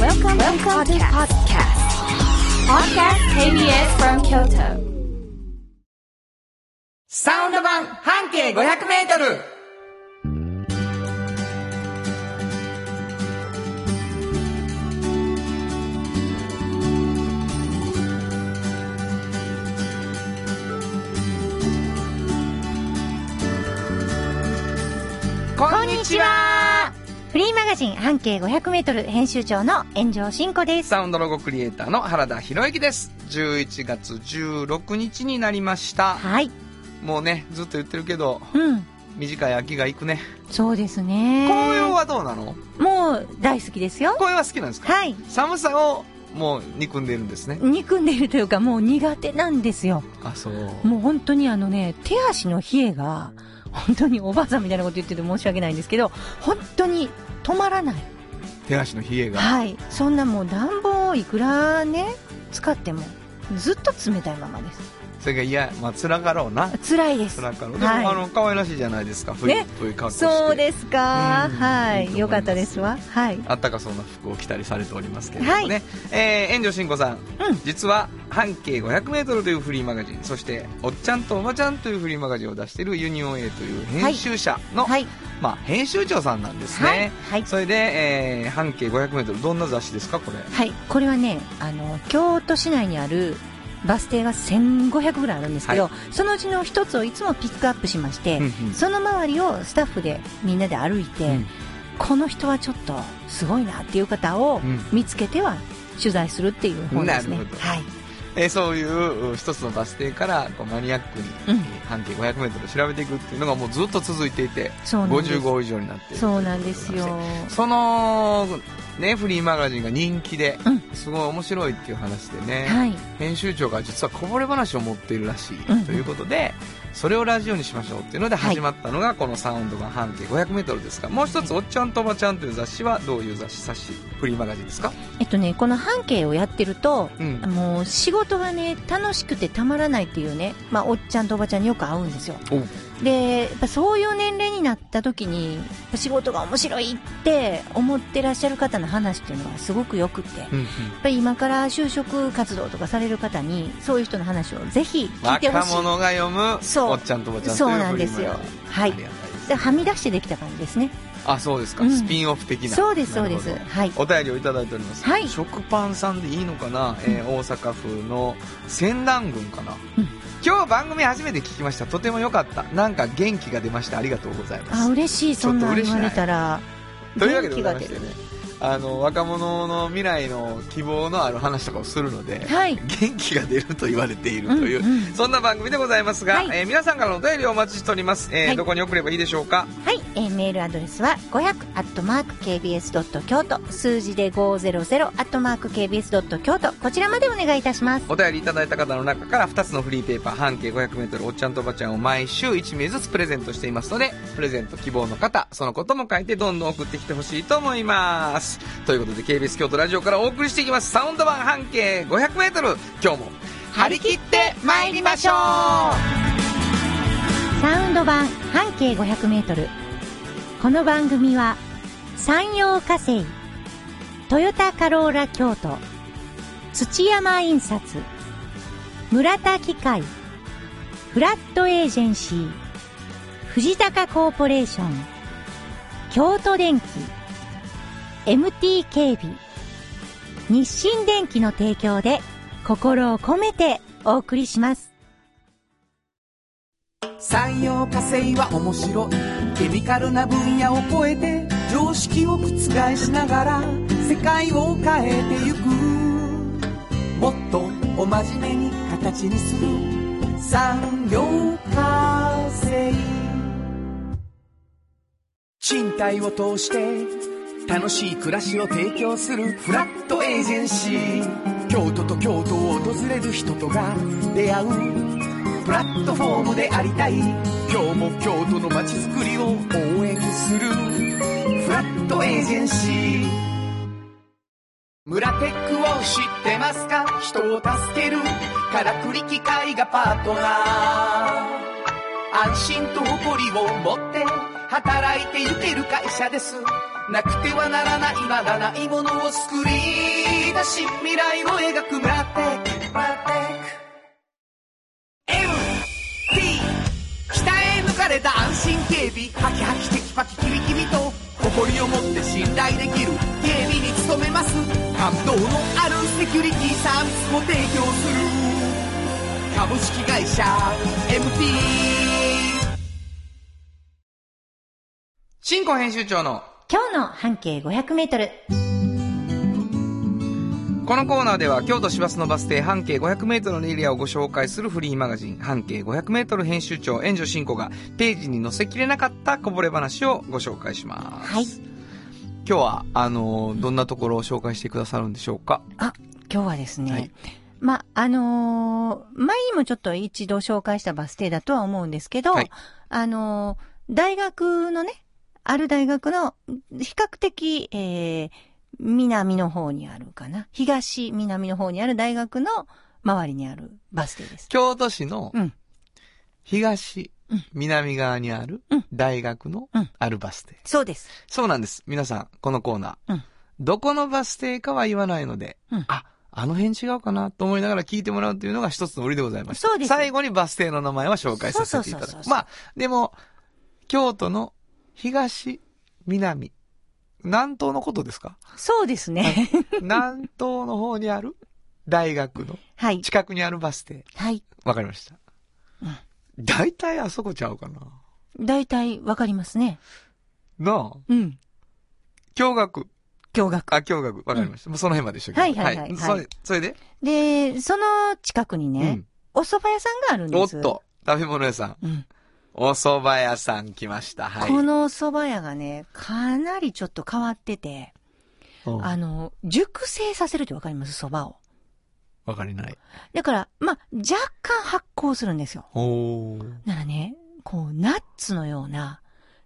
Welcome, to the podcast. Podcast KBS from Kyoto. サウンド版半径500メートルこんにちはフリーマガジン半径500メートル編集長の炎上真子です。サウンドロゴクリエイターの原田博之です。11月16日になりました。はい。もうね、ずっと言ってるけど、うん。短い秋が行くね。そうですね。紅葉はどうなのもう大好きですよ。紅葉は好きなんですかはい。寒さをもう憎んでるんですね憎んでるというかもう苦手なんですよ。あそうもう本当にあのね、手足の冷えが、本当におばあさんみたいなこと言ってて申し訳ないんですけど、本当に止まらない。手足の冷えがはい。そんなもう暖房をいくらね、使っても、ずっと冷たいままでそれがいやまあ辛かろうなす。辛いです。辛かろうでも、はいあの可愛らしいじゃないですか冬,、ね冬格好してそうですか。うんはいいと思いますい。よかったですわ。はい。あったかそうな服を着たりされておりますけれどもね、えー、遠慮慎吾さん、うん実は半径 500m というフリーマガジンそして「おっちゃんとおばちゃん」というフリーマガジンを出しているユニオン A という編集者の、はい。まあ、編集長さんなんですね、はい。はい。それで、えー半径 500m どんな雑誌ですかこれはい、これはねあの京都市内にあるバス停が1500ぐらいあるんですけど、そのうちの一つをいつもピックアップしまして、うんうんその周りをスタッフでみんなで歩いて、うんこの人はちょっとすごいなっていう方をうん見つけては取材するっていう本ですねなるほどはい、えーそういうう一つのバス停からこうマニアックに、うん半径 500m を調べていくっていうのがもうずっと続いていてそうなんです55以上になっているそうなんですということよでございましてそのねフリーマガジンが人気で、うんすごい面白いっていう話でね、はい編集長が実はこぼれ話を持っているらしいうんということで、それをラジオにしましょうっていうのではい始まったのがこのサウンド版半径 500m ですがもう一つ「おっちゃんとおばちゃん」という雑誌はどういう雑誌雑誌フリーマガジンですか、えっとねこの半径をやってるとうんもう仕事がね楽しくてたまらないっていうね、まあ、おっちゃんとおばちゃんによく会うんですよおうでやっぱそういう年齢になった時に仕事が面白いって思ってらっしゃる方の話っていうのはすごくよくってやっうんうんぱり今から就職活動とかされる方にそういう人の話をぜひ聞いてほ若しい者が読むそうおっちゃんとおばちゃんとそういうなんですよフリーマガジンはいありがたいですではみ出してできた感じですねあそうですか、うんスピンオフ的なそうですそうでなするほどはいお便りをいただいております、はい食パンさんでいいのかな、えー大阪府の仙南郡かな、うん今日番組初めて聞きましたとても良かったなんか元気が出ましたありがとうございまあす嬉しいそんなん言われたらというわけで元ご気が出ざいましてるねあの若者の未来の希望のある話とかをするので、はい元気が出ると言われているという、うんうんそんな番組でございますが、はいえー皆さんからのお便りをお待ちしております、えーはいどこに送ればいいでしょうかはい、えーメールアドレスは500 at mark kbs ドット京都数字で500 at mark kbs ドット京都こちらまでお願いいたします。お便りいただいた方の中から2つのフリーペーパー半径 500m おっちゃんとおばちゃんを毎週1名ずつプレゼントしていますのでプレゼント希望の方そのことも書いてどんどん送ってきてほしいと思いますということで KBS 京都ラジオからお送りしていきますサウンド版半径 500m 今日も張り切って参りましょうサウンド版半径500メートル。この番組は山陽火星、トヨタカローラ京都、土山印刷、村田機械、フラットエージェンシー、藤高コーポレーション、京都電機、MT 警備、日清電機の提供で心を込めてお送りします。産業化成は面白いケミカルな分野を超えて常識を覆しながら世界を変えてゆくもっとお真面目に形にする産業化成賃貸を通して楽しい暮らしを提供するフラットエージェンシー京都と京都を訪れる人とが出会うプラットフォームでありたい今日も京都の街づくりを応援するフラットエージェンシー村テックを知ってますか人を助けるからくり機械がパートナー安心と誇りを持って働いてゆける会社ですなくてはならないならないものを作りらしい未来を描くブラッテックブラッテック MT 鍛え抜かれた安心警備ハキハキテキパキキビキビと誇りを持って信頼できる警備に努めます感動のあるセキュリティサービスも提供する株式会社 MT 新庫編集長の今日の半径500メートル。このコーナーでは京都市バスのバス停半径 500m のエリアをご紹介するフリーマガジン半径 500m 編集長援助進行がページに載せきれなかったこぼれ話をご紹介します。はい。今日は、あのーどんなところを紹介してくださるんでしょうかあ、今日はですね、はいま、あのー前にもちょっと一度紹介したバス停だとは思うんですけど、はいあのー大学のね、ある大学の、比較的、えー南の方にあるかな。東、南の方にある大学の周りにあるバス停です。京都市のうん東、うん南側にあるうん大学のうんあるバス停。そうです。そうなんです。皆さん、このコーナー。うんどこのバス停かは言わないので、うんあ、あの辺違うかなと思いながら聞いてもらうというのが一つの売りでございます。そうです最後にバス停の名前は紹介させていたそうそうそうだく。そうまあ、でも、京都の東、南、南東のことで すかそうですね。南東の方にある大学の はい。近くにあるバス停。はい。わかりました。大体あそこちゃうかな。大体わかりますね。なあ、うん。驚愕。驚愕。あ、驚愕。わかりました。もうその辺まで一緒に。はいはいはいはいそれ、それで、で、その近くにうねん、。お蕎麦屋さんがあるんおでっす。と、食べ物屋さん。うん。お蕎麦屋さん来ました。はい。この蕎麦屋がね、かなりちょっと変わってて、うんあの、熟成させるってわかります蕎麦を。わかりない。だから、まあ、若干発酵するんですよ。おー。ならね、こう、ナッツのような、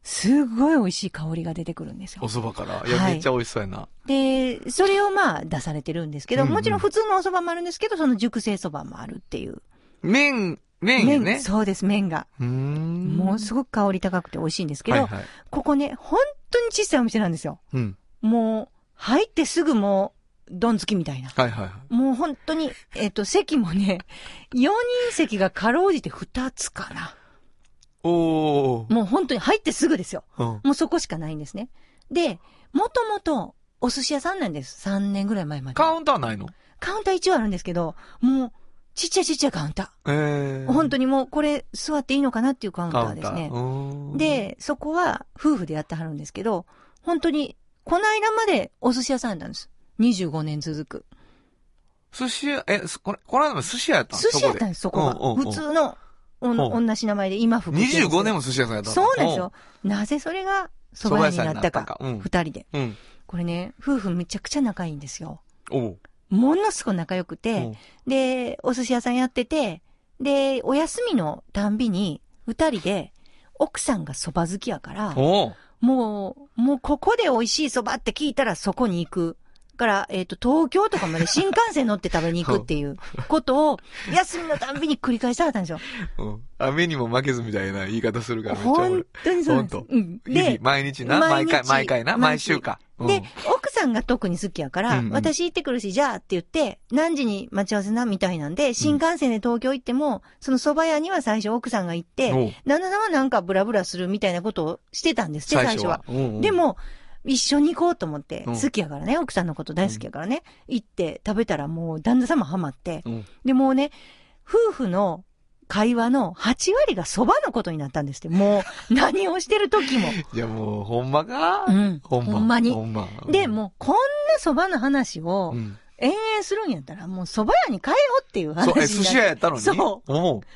すごい美味しい香りが出てくるんですおよ。蕎麦から。いや、はいめっちゃ美味しそうやな。で、それをまあ出されてるんですけど、うんうんもちろん普通のお蕎麦もあるんですけど、その熟成蕎麦もあるっていう。麺、麺よね。そうです、麺が。うーん。もうすごく香り高くて美味しいんですけど、はいはい。ここね、本当に小さいお店なんですよ。うん。もう、入ってすぐもう、どんつきみたいな。はいはいはい。もう本当に、えっ、と、席もね、4人席がかろうじて2つかな。おー。もう本当に入ってすぐですよ。うん。もうそこしかないんですね。で、もともと、お寿司屋さんなんです。3年ぐらい前まで。カウンターないのカウンター一応あるんですけど、もう、ちっちゃいちっちゃいカウンタえー。ー。本当ににもう、これ、座っていいのかなっていうカウンタカウーンでタすね。ー。、で、そこは夫婦でやってはるんですけど、本当に、この間までお寿司屋さんだったんです。25年続く。寿司屋、え、すこれ、この間も寿司屋やったん寿司屋だったんです、そこうんうんは。うん普通の、おん、うん同じ名前で今服25年も寿司屋さんやったのそうなんですよ。なぜそれが蕎麦屋になったか。蕎麦屋さんになった二人で。うん。うん。これね、夫婦めちゃくちゃ仲いいんですよ。おうものすごい仲良くおてう、で、お寿司屋さんやってて、で、お休みのたんびに、二人で、奥さんが蕎麦好きやから、おうもう、もうここで美味しい蕎麦って聞いたらそこに行く。だから、えっ、と、東京とかまで新幹線乗って食べに行くっていう ことを、休みのたんびに繰り返したかったんですよ。うん。雨にも負けずみたいな言い方するからめっちゃおもろい本当にそうなんです。ほんとうん日々で、毎日な、毎毎日回、毎回な、毎毎日週か。うんで、奥さんが特に好きやから、うんうん私行ってくるし、じゃあって言って、何時に待ち合わせなみたいなんで、新幹線で東京行っても、その蕎麦屋には最初奥さんが行って、おう旦那さんはなんかブラブラするみたいなことをしてたんですって、最初は。。うんうんで、も、一緒に行こうと思って、うん好きやからね、奥さんのこと大好きやからね、行って食べたらもう旦那様ハマって、うんで、もうね、夫婦の会話の8割が蕎麦のことになったんですって、も う何をしてる時も。いやもう、ほんまかうんほんま。ほんまにほんま。で、もうこんな蕎麦の話をうん、延々するんやったら、もう蕎麦屋に帰ろうっていう話にそう、なえ、って。寿司屋やったのに。そうおうほんで、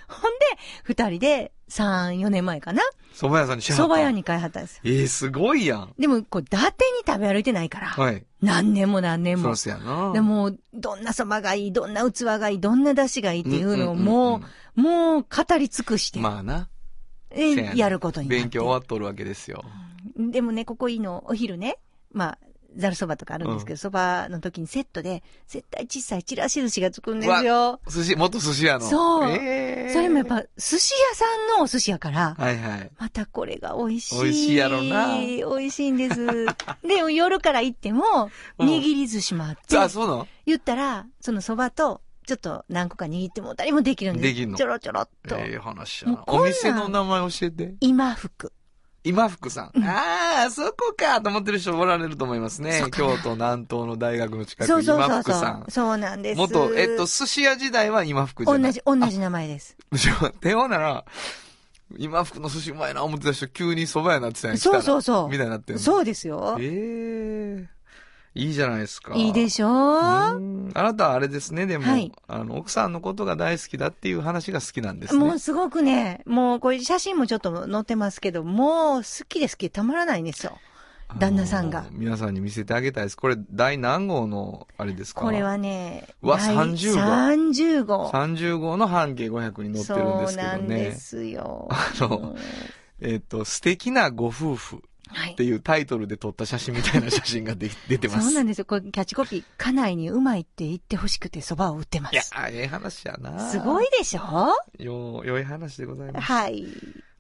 二人で3、4年前かな、蕎麦屋さんにしはった蕎麦屋。に買いはったんですよ。えー、すごいやん。でも、こう、伊達に食べ歩いてないから、はい。何年も何年そもう。すやな。で、もう、どんな蕎麦がいい、どんな器がいい、どんな出汁がいいっていうのをもんんう、もう語り尽くして、まあな。えせやなやることになって。勉強終わっとるわけですよ。でもね、ここいいの、お昼ね、まあ、ざるそばとかあるんですけど、そばの時にセットで、絶対小さいちらし寿司がつくんですよ。寿司、元寿司屋の。そうえーそれもやっ。ぱ、寿司屋さんのお寿司やから、はいはい。またこれが美味しい。美味しいやろな美味しいんです。で、夜から行っても、うん握り寿司もあって、あ、そうなの言ったら、その蕎麦と、ちょっと何個か握ってもたりもできるんです。できんのちょろちょろっと。ええ話やもなう。こんおなん店の名前教えて。今福。今福さん。ああ、そこかと思ってる人おられると思いますねそう。かな京都南東の大学の近そく、うそう今そう福そさう。ん。そうなんです。元、えっと、寿司屋時代は今福じゃ同ない。じ、同じ名前です。じゃあ、電話なら、今服の寿司うまいな思ってた人、急に蕎麦屋になってたやんそうそう来たそうらみたいになってんのそうですよえ。えいいじゃないですか。いいでしょううーんあなたはあれですね、でも、はいあの、奥さんのことが大好きだっていう話が好きなんですね。もうすごくね、もうこれ写真もちょっと載ってますけど、もう好きで好きでたまらないんですよ。旦那さんあがの。皆さんに見せてあげたいです。これ、第何号の、あれですかこれ。はね、うわ第30 30号号。 30号の半径500に載ってるんでそうすけどなね。んですよ。あのえっ、と、素敵なご夫婦はっいて。いうタイトルで撮った写真みたいな写真がで出てまそす。うなんいですよ。これキャッチコピー、家内にうまいって言ってほしくて蕎麦を売ってまやす。、ええ話やな。すごいでしょよう、良い話でございます。はい。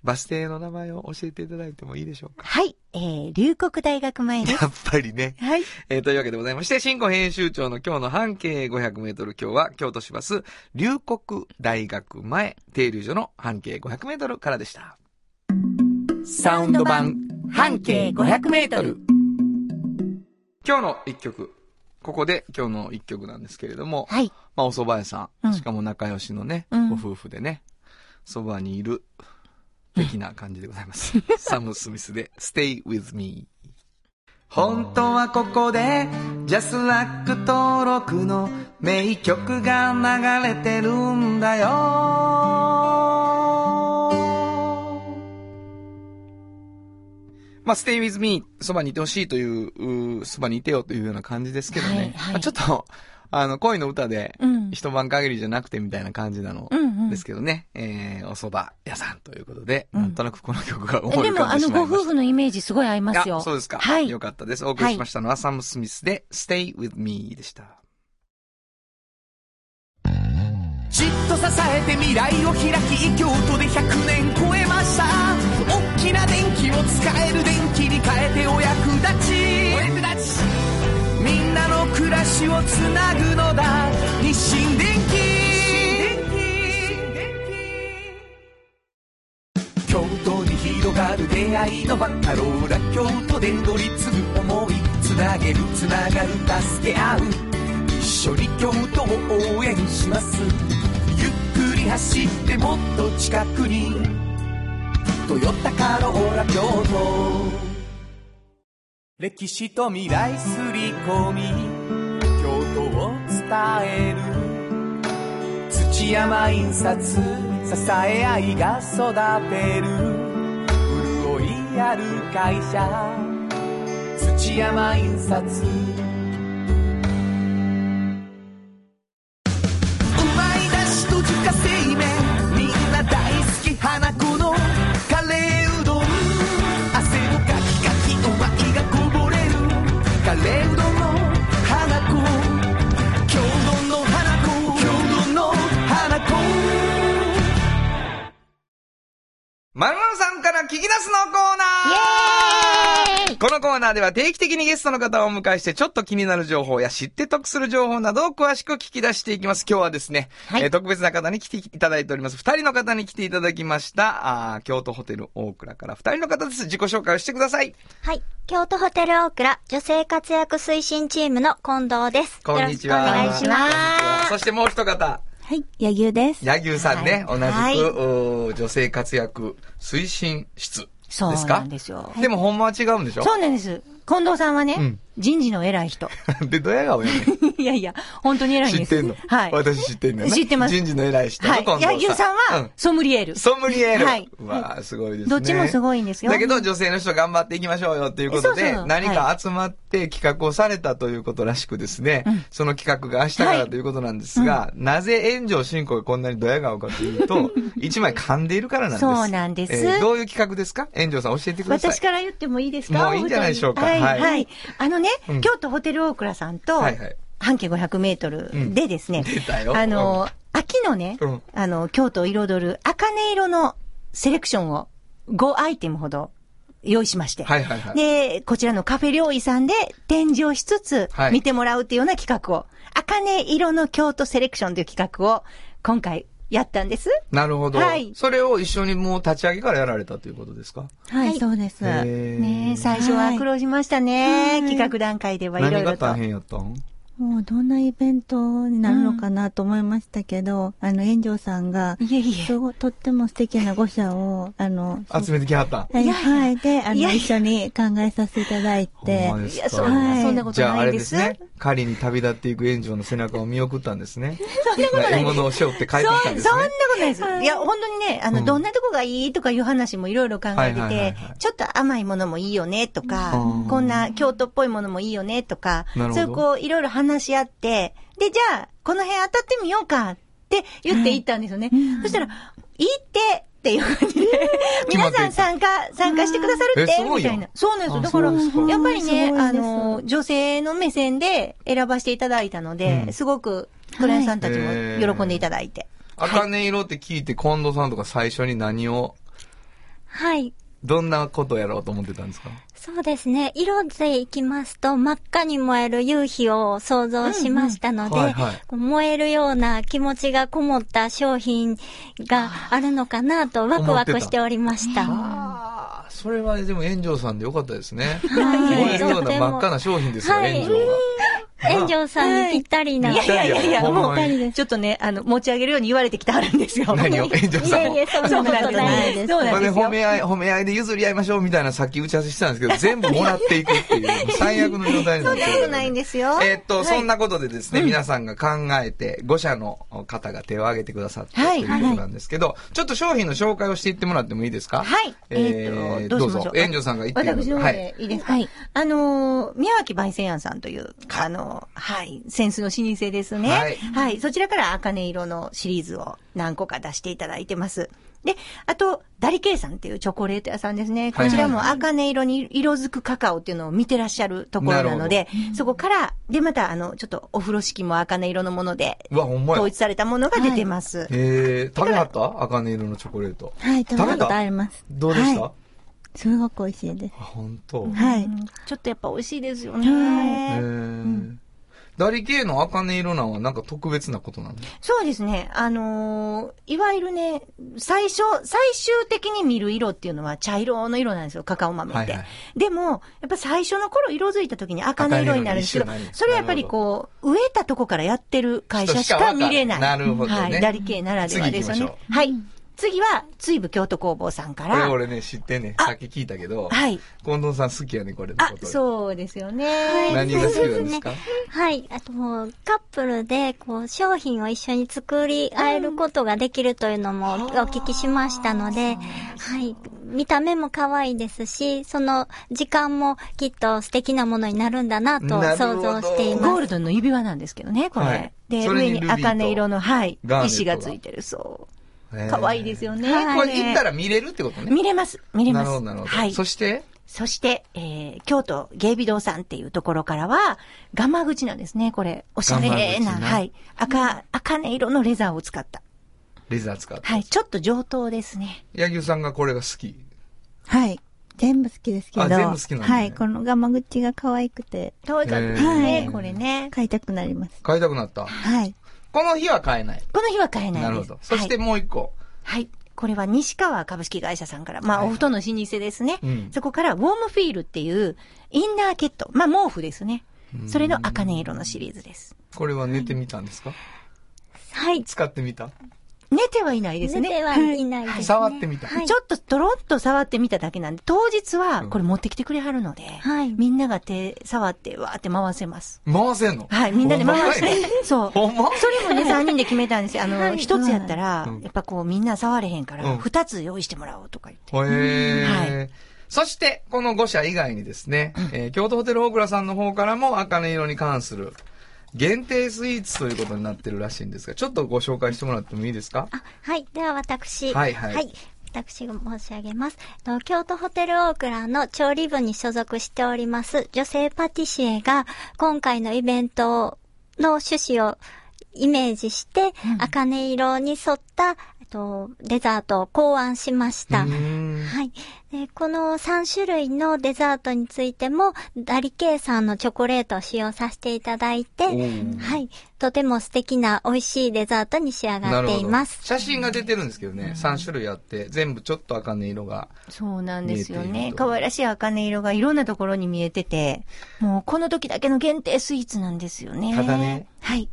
バス停の名前を教えていただいてもいいでしょうか。はい。えー、龍谷大学前でや す。っぱりね。はい。えーというわけでございまして、新庫編集長の今日の半径500メートル、今日は京都市バス、龍谷大学前停留所の半径500メートルからでした。サウンド版半径500メートル。今日の一曲。ここで今日の一曲なんですけれども、はい。まあお蕎麦屋さ、うんんしかも仲良しのね、うんご夫婦でね、そばにいる、的な感じでござ います。サム・スミスで、Stay with me。本当はここで、ジャスラック登録の名曲が流れてるんだよ。まあ、stay with me, そばにいてほしいといううー、そばにいてよというような感じですけどね。はいはいまあちょっと、あの、恋の歌で、うん。一晩限りじゃなくてみたいな感じなのうんうんですけどね。えー、お蕎麦屋さんということで、うんなんとなくこの曲が思えいで浮かも、んあでの、しまごい夫ました。婦のイメージすごい合いますよ。あそうですか。はい。よかったです。お送りしましたのは、サム・スミスで、Stay with me でした。じっと支えて未来を開き京都で100年超えました大きな電気を使える電気に変えてお役立ちお役立ちみんなの暮らしをつなぐのだ日清電気京都に広がる出会いのバカローラ京都で乗り継ぐ思いつなげるつながる助け合う一緒に京都を応援しますゆっくり走ってもっと近くに「トヨタカローラ京都」歴史と未来すり込み京都を伝える土山印刷支え合いが育てる潤いある会社土山印刷うまいだしと自家製麺みんな大好き花子のカレーうどん汗をかきかきおまいがこぼれるカレーうどんの花子京都の花子京都の花子まるさんから聞き出すのコーナーイエーイこのコーナーでは定期的にゲストの方をお迎えして、ちょっと気になる情報や知って得する情報などを詳しく聞き出していきます。今日はですね、はいえー特別な方に来ていただいております。二人の方に来ていただきました。あー京都ホテル大倉から二人の方です。自己紹介をしてください。はい。京都ホテル大倉女性活躍推進チームの近藤です。こんにちはよろしくお願いします。そしてもう一方、はい。柳生です。柳生さんね、はい同じく、はいおー女性活躍推進室ですそかうなんですよ。でもほんまは違うんでしょそうなんです。近藤さんはね、うん人事の偉い 人。で、ドヤ顔やねん。いやいや、本当に偉いん知でっす。てんのはい。私知ってんのよね知ってます人事の偉い人のは近藤い。柳生さんうは、ソムリエール。ソムリエール。はいわあ、すごいですね。どっちもすごいんですよだけど、女性の人頑張っていきましょうよっていうことそうでそ、う何か集まっって企画をされたということらしくですね、うんその企画が明日からはいということなんですが、なぜ炎上進行がこんなにドヤ顔かという と、一枚噛んでいるからなんです。そうなんですえーどういう企画ですか炎上さん教えてください。私から言ってもいいですかもういいんじゃないでしょうかお二人ははいい、はい。あのね、うん京都ホテル大倉さんと、はいはい半径500メートルでですね、うん出たよあの、秋のね、うんあの、京都を彩る茜色のセレクションを5アイテムほど用意しまして、はいはいはい。で、こちらのカフェ料理さんで展示をしつつは、い見てもらうっていうような企画を、茜色の京都セレクションという企画を今回やったんです。なるほど、はいそれを一緒にもう立ち上げからやられたということですかはい、はいそうです。へーねえ最初は苦労しましたね。はい企画段階ではいろ何いろがと。大変やったんもうどんなイベントになるのかなと思いましたけど、あの、炎上さんが、いえいえ。すごいとっても素敵な5社を、あの、集めてきはったんはい、いやいやはい、で、あの、いやいや一緒に考えさせていただいてほん、まですかいやそんはな、いそんなこじとゃああないれでですす。ね。狩りに旅立っていく炎上の背中を見送ったんですね。そんなことないで獲す。物を背負って帰っそんてきそんなたんですね。ことないです。いや、本当にね、あの、うんどんなとこがいいとかいう話もいろいろ考はえていて、はいはいはいちょっと甘いものもいいよねとか、うんこんな京都っぽいものもいいよねとか、なるほどそういうこう、いろいろ話し合って、で、じゃあ、この辺当たってみようかって言って行ったんですよね。そしたら、いいって、っていう感じ で、決ま皆さっていったん参加、参加してくださるっえすて、ごみいやたんいな。そうなんですよ。あだからそうですか、やっぱりね、すごいですあの、女性の目線で選ばせていただいたので、うんすごく、クライアントさんたちも喜んでいただいて。茜色って聞いて近藤さんとか最初に何を、はい。どんなことをやろうと思ってたんですかそうですね。色でいきますと、真っ赤に燃える夕日を想像しましたので、うんうんはいはいこう燃えるような気持ちがこもった商品があるのかなと、ワクワクしておりました。ああ、それはでも炎上さんでよかったですね。はい燃えるようとなても真っ赤な商品ですよ、はい炎上が。炎上さんにぴったりな。いいやいやいやいや、ほんまにもう、ちょっとね、あの、持ち上げるように言われてきてはるんですよ。何を炎上さんをいやいやそんなことないですそうこなんでれですよ褒。め合い、褒め合いで譲り合いましょうみたいなさっき打ち合わせしてたんです けど、全部もらっていくっていう、最悪の状態になそっんてなることないんですよ。えーっと、はいそんなことでですね、皆さんが考えて、5社の方が手を挙げてくださったはといいうことなんですけど、ちょっと商品の紹介をしていってもらってもいいですかはい。えっと、どどううしましょぞう。。炎上さんが言って私の方はい。でいいですかはいあのー、宮脇焙煎庵さんという、あのー、はい、センスの老舗ですね。ははいい。そちらから茜色のシリーズを何個か出していただいてます。で、あと、ダリケイさんっていうチョコレート屋さんですね。はいこちらも茜色に色づくカカオっていうのを見てらっしゃるところなので、そこから、で、また、あの、ちょっとお風呂敷も茜色のもので、うわ、ほんま統や。一されたものが出てます。えー、食べはった赤色のチョコレート。はい、食べたことあります。どうでした、はあ、いすごく美味しいです。本当。はい。ちょっとやっぱ美味しいですよね。えー。ダリ系の赤色なんはなんか特別なことなのそうですね。あのーいわゆるね、最初、最終的に見る色っていうのは茶色の色なんですよ、カカオ豆って。はいはいでも、やっぱ最初の頃色づいた時に赤の色になるんですけど赤の色に一緒になるん、ですそれはやっぱりこう、植えたとこからやってる会社しか見れない。人しかわからないなるほどねはい。ダリ系ならではですよ次ね行き。はい。次は、追部京都工房さんかこれら。俺ね、知ってんね。さっき聞いたけど、はい。近藤さん好きやね、これのあこ、と。そうですよね。何が好きなんですかはい。あともう、カップルで、こう、商品を一緒に作り合えることができるというのもお聞きしましたので、はい。見た目も可愛いですし、その時間もきっと素敵なものになるんだなとなるほ想ど像していゴーます。ルドの指輪なんですけどね、これ。はいで、それ上にルビにーと茜色の、はいガーネットが、石がついてる、そう。えー可愛いですよね。これね行ったら見れるってことね。見れます。見れなまるす。ほど、なるほど。はい。そそして、して、えー、京都芸美堂さんっていうところからは、ガマ口なんですね、これ。おしゃれな。ガマ口なはい。赤、赤ね色のレザーを使った。レザー使って。はい。ちょっと上等ですね。柳生さんがこれが好き。はい。全部好きですけど。あ全部好きなんだねはい。このガマ口が可愛くて、可愛かったですへねー、これね。買いたくなります。買いたくなった。はい。この日は買えない。この日は買えないです。なるほど。そしてはい。もう一個。はいこれは西川株式会社さんから、まはいあ、お布団の老舗ですね。うんそこから、ウォームフィールっていう、インナーケット。まあ、毛布ですね。それの赤ね色のシリーズです。これは寝てみたんですかはい。使ってみた寝てはいないですね。出てはいないです、ね。触ってみた。はいちょっとドロッと触ってみただけなんで、当日はこれ持ってきてくれはるので、はいみんなが手触ってわーって回せます。回せんのはい、みんなで回しほんまかて。 そう。ほんまそれも ね、3人で決めたんですよ。あの、一、つやったらうん、やっぱこうみんな触れへんかうら、ん二つ用意してもらおうとか言って。いへえ。そして、この5社以外にですね、えー京都ホテル大倉さんの方からも、茜色に関する限定スイーツということになってるらしいんですが、ちょっとご紹介してもらってもいいですかあ、はい。では私。はいはい私が申し上げます。と京都ホテルオークラの調理部に所属しております女性パティシエが今回のイベントの趣旨をイメージして、茜色に沿ったえっとデザートを考案しました。うーんはい。でこの3種類のデザートについても、ダリケイさんのチョコレートを使用させていただいて、おーはい。とても素敵な美味しいデザートに仕上ながっるてほいどます。写真が出てるんですけどね、3種類あって、全部ちょっと茜色が。そうなんですよ見えていねる。と可愛らしい茜色がいろんなところに見えてて、もうこの時だけの限定スイーツなんですよね。ただね。はい。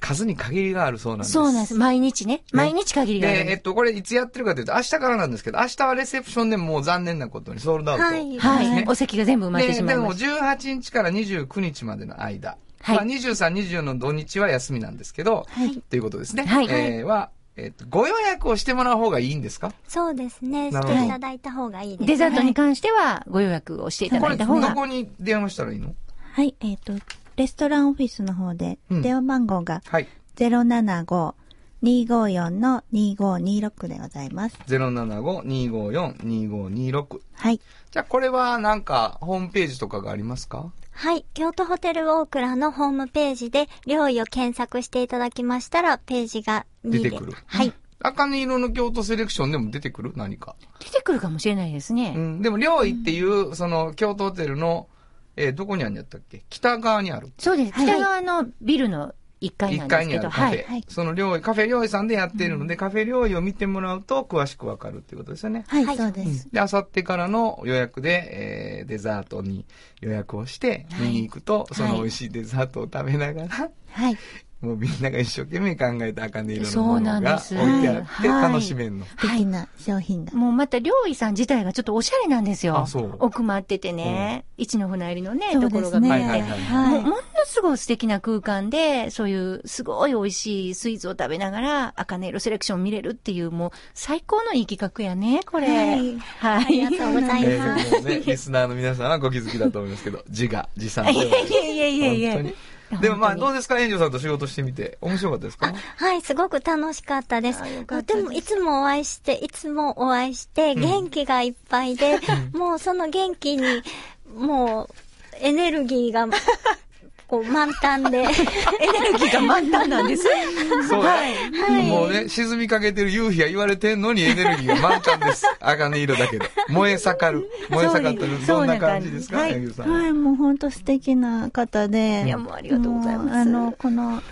数に限りがあるそうなんです。そうなんです。毎日ね。毎日限りがあるんで、えでっす。と、これいつやってるかというと、明日からなんですけど、明日はレセプションでもう残念なことにソールドアウト。はいはねい。お席が全部埋まってで、しでまいまもし18日から29日までの間。はいまあ、23、24の土日は休みなんですけど、はいということですね。はいえーは、えっと、ご予約をしてもらう方がいいんですかそうですね。なしるほどていただいた方がいいですた。ね。デザートに関してはご予約をしていただこれ、いたど方が。こに電話したらいいのはい、えっ、と、レストランオフィスの方で、うん電話番号がはい。 075-254-2526でございます。 075-254-2526。はい。じゃあ、これはなんか、ホームページとかがありますかはい。京都ホテルオークラのホームページで、料理を検索していただきましたら、ページが見れ出てくるはい。茜色の京都セレクションでも出てくる何か。出てくるかもしれないですうね。ん。でも、料理っていう、その、京都ホテルの、えーどこにあるんやったっけ北側にある。そうです。北側のビルの1階な1んで階すにけあど、るカはフい。ェ。その料理、カフェ料理さんでやっているので、カフェ料理を見てもらうと詳しくわかるっていうことですよね。はい、はいそうです。で、あさってからの予約で、えーデザートに予約をして、見に行くと、その美味しいデザートを食べながら、はい。もうみんなが一生懸命考えた茜色のそもうなのんでが置すいてあってはい楽しめんの。素敵な商品が。もうまた、料理さん自体がちょっとおしゃれなんですよ。あそう奥回っててね、一の船入りのね、そうとですねころが見えて、はいはいはいはもうものすごい素敵な空間で、そういうすごい美味しいスイーツを食べながら、茜色セレクション見れるっていう、もう最高のいい企画やね、これ。はい。 ありがとうござえいます。ーもう ね、リスナーの皆さんはご気づきだと思いますけど、自我、自賛。い やいやいやいやいや。本当に。でもまあ、どうですか、園長さんと仕事してみて。面白かったですか はい、すごく楽しかったです。でも、いつもお会いして、いつもお会いして、元気がいっぱいで、もうその元気に、もう、エネルギーが、こう、満タン で。エネルギーが満タンなんです。そうだ、もうね、沈みかけてる夕日は言われてんのにエネルギーが満タンです。茜色だけど。燃え盛る。燃え盛ってる。そどうんですな感じですか、はい柳生さん。はい、もう本当素敵な方で。いやもうありがとうございますもうあの、この、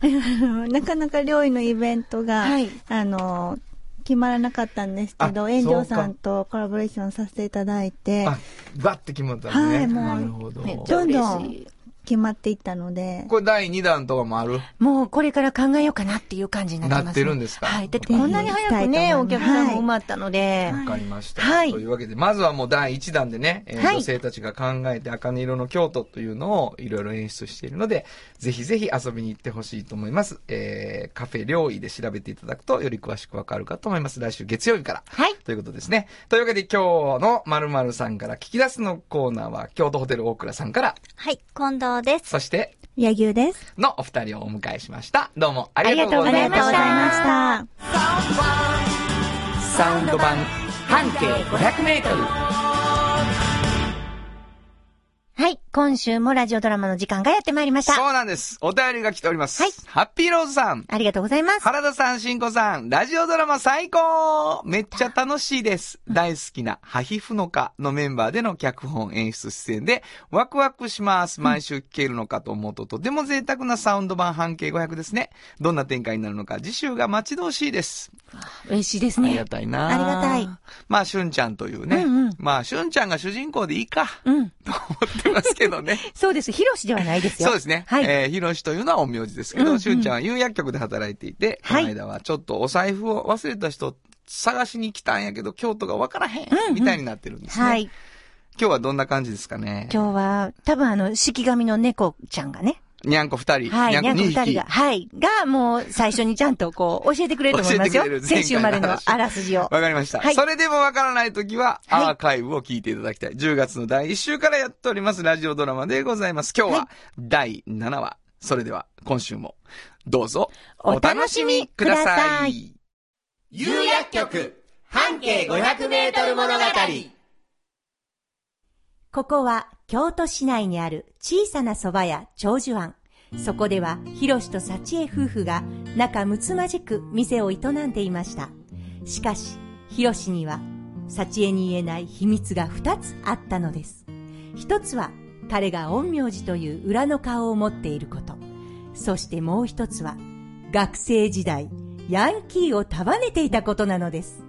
なかなか料理のイベントが、はいあの、決まらなかったんですけど、あ炎上さんとコラボレーションさせていただいて、あ、バッて決まったんですね。はいもうなるほど。めっちゃどんど嬉しんい。決まっていったので、これ第2弾とかもあるもうこれから考えようかなっていう感じになってます、なってるんですかはい。だってこんなに早くね、行おきたい客と思いますさんも埋まったので。わかりました。はいというわけで、まずはもう第1弾でね、えーはい女性たちが考えて茜色の京都というのをいろいろ演出しているので、ぜひぜひ遊びに行ってほしいと思います。えー、カフェ料理で調べていただくとより詳しくわかるかと思います。来週月曜日から。はい。ということですね。というわけで今日の〇〇さんから聞き出すのコーナーは、京都ホテル大倉さんから、はい、近藤です。そして、野牛です。のお二人をお迎えしました。どうもありがとうござあいまりがとうございまし。したた。サウンド版半径500メートル。はい。今週もラジオドラマの時間がやってまいりました。そうなんです。お便りが来ております。はいハッピーローズさん。ありがとうございます。原田さん、しんこさん、ラジオドラマ最高めっちゃ楽しいです。大好きな、ハヒフノカのメンバーでの脚本演出出演で、ワクワクします。毎週聞けるのかと思うと、とても贅沢なサウンド版半径500ですね。どんな展開になるのか、次週が待ち遠しいです。嬉しいですありねが。たいなありがたい。まあ、しゅんちゃんというね。うんうんまあ、しゅんちゃんが主人公でいいか、うん。と思ってますけどね。そうです。ヒロシではないですよ。 そうですね。はい。えー、ひろしというのは陰陽師ですけうんうど、んしゅんちゃんは有薬局で働いていて、こはいの間はちょっとお財布を忘れた人探しに来たんやけど、京都がわからへん、みたいになってるんですね。はい。今日はどんな感じですかね。今日は、多分あの、式神の猫ちゃんがね、にゃんこ二人、はい、ににゃゃんんここ二二人匹が、。はい、がもう最初にちゃんとこう、教えてくれると思いますよ教えてくれる。先週までの前回の話あらすじを。わかりました。はいそれでもわからないときは、はいアーカイブを聞いていただきたい。10月の第1週からやっております、ラジオドラマでございます。今日は、第7話。それでは、今週も、どうぞ、おお楽楽ししみみくくだだささいい。有薬局半径500メートル物語ここは京都市内にある小さな蕎麦屋長寿庵。そこでは、ひろしと幸江夫婦が仲睦まじく店を営んでいました。しかし、ひろしには、幸江に言えない秘密が二つあったのです。一つは、彼が陰陽師という裏の顔を持っていること。そしてもう一つは、学生時代、ヤンキーを束ねていたことなのです。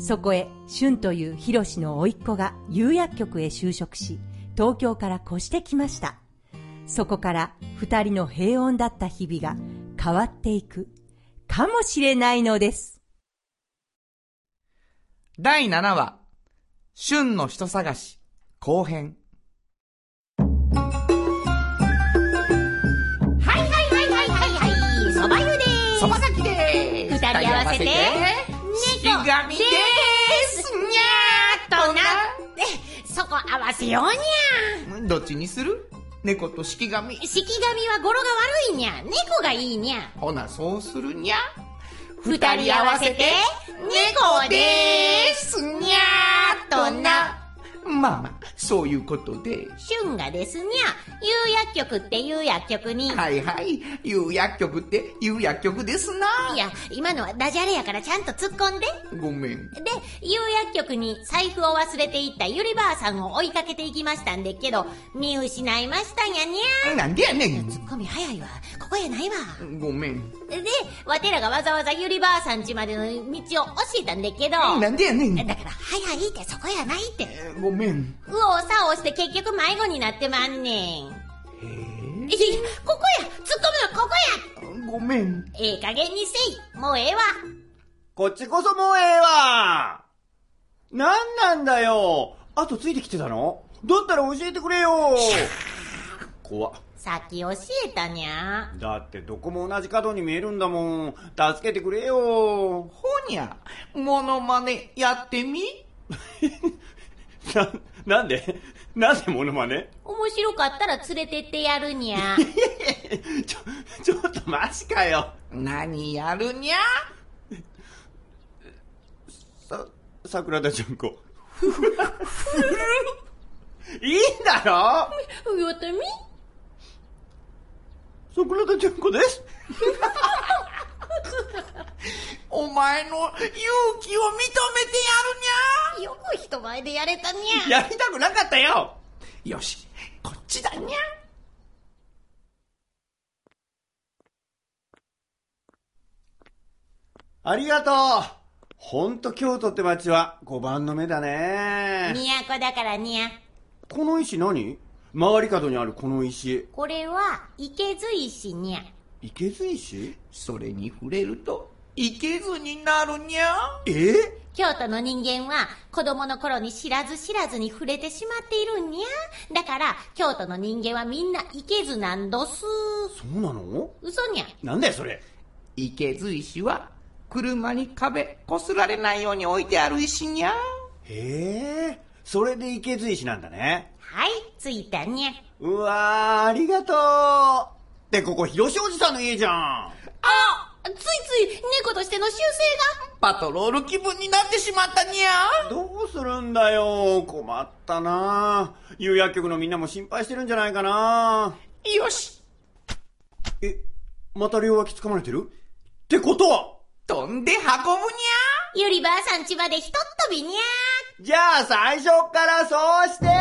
そこへ、俊というヒロシの甥っ子が釉薬局へ就職し、東京から越してきました。そこから二人の平穏だった日々が変わっていくかもしれないのです。第7話、旬の人探し、後編。そば先でーす二人合わせて式神でーすにゃーとなそこ合わせようにどっちにする猫と式神ゃ式神は語呂が悪いにゃ猫がいいにゃほなそうするにゃ二人合わせて猫でーすにゃーとなまあまあそういうことで春がですにゃ釉薬局っていう薬局に、、はいはい有薬局って有薬局ですないや今のはダジャレやからちゃんと突っ込んでごめんで釉薬局に財布を忘れていったゆりばあさんを追いかけていきましたんでっけど見失いましたにゃになんでやねんゃツッコミ早いわここやないわごめんで、わてらがわざわざゆりばあさん家までの道を教えたんだけど、なんでやねんだから、早いってそこやないって。ごめん右往左往して結局迷子になってまんねん。いやいや、ここや突っ込むのここやごめんええ加減にせいもうええわこっちこそもうええわなんなんだよあとついてきてたのだったら教えてくれよ怖っさっき教えたにゃ。だってどこも同じ角に見えるんだもん助けてくれよほにゃ、モノマネやってみな、なんでなんでモノマネ面白かったら連れてってやるにゃ。ちょ、ちょっとマジかよ何やるにゃさ、桜田純子いいんだろうよたみ桜田純子ですお前の勇気を認めてよく人前でやれたにゃ。やりたくなかったよやるにゃよし、こっちだにゃありがとうほんと京都って街は5番の目だね。都だからにゃ。この石何回り角にあるこの石。これは、池津石にゃ。池津石それに触れると、いけずになるにゃえ京都の人間は子供の頃に知らず知らずに触れてしまっているんにゃ。だから、京都の人間はみんなイケずなんどす。そうなの嘘にゃ。なんだよそれ。いけず石は、車に壁こすられないように置いてある石にゃへえ、それで池津石なんだね。はい、ついたにゃ。うわー、ありがとうで、ここ広志おじさんの家じゃん。あついつい猫としての習性パトロール気分になってしまったにゃどうするんだよ困ったな有薬局のみんなも心配してるんじゃないかなよし、え、また両脇掴まれてるってことは飛んで運ぶにゃが、ゆりばあさんちまでひとっ飛びにゃ。じゃあ最初からそうしてよ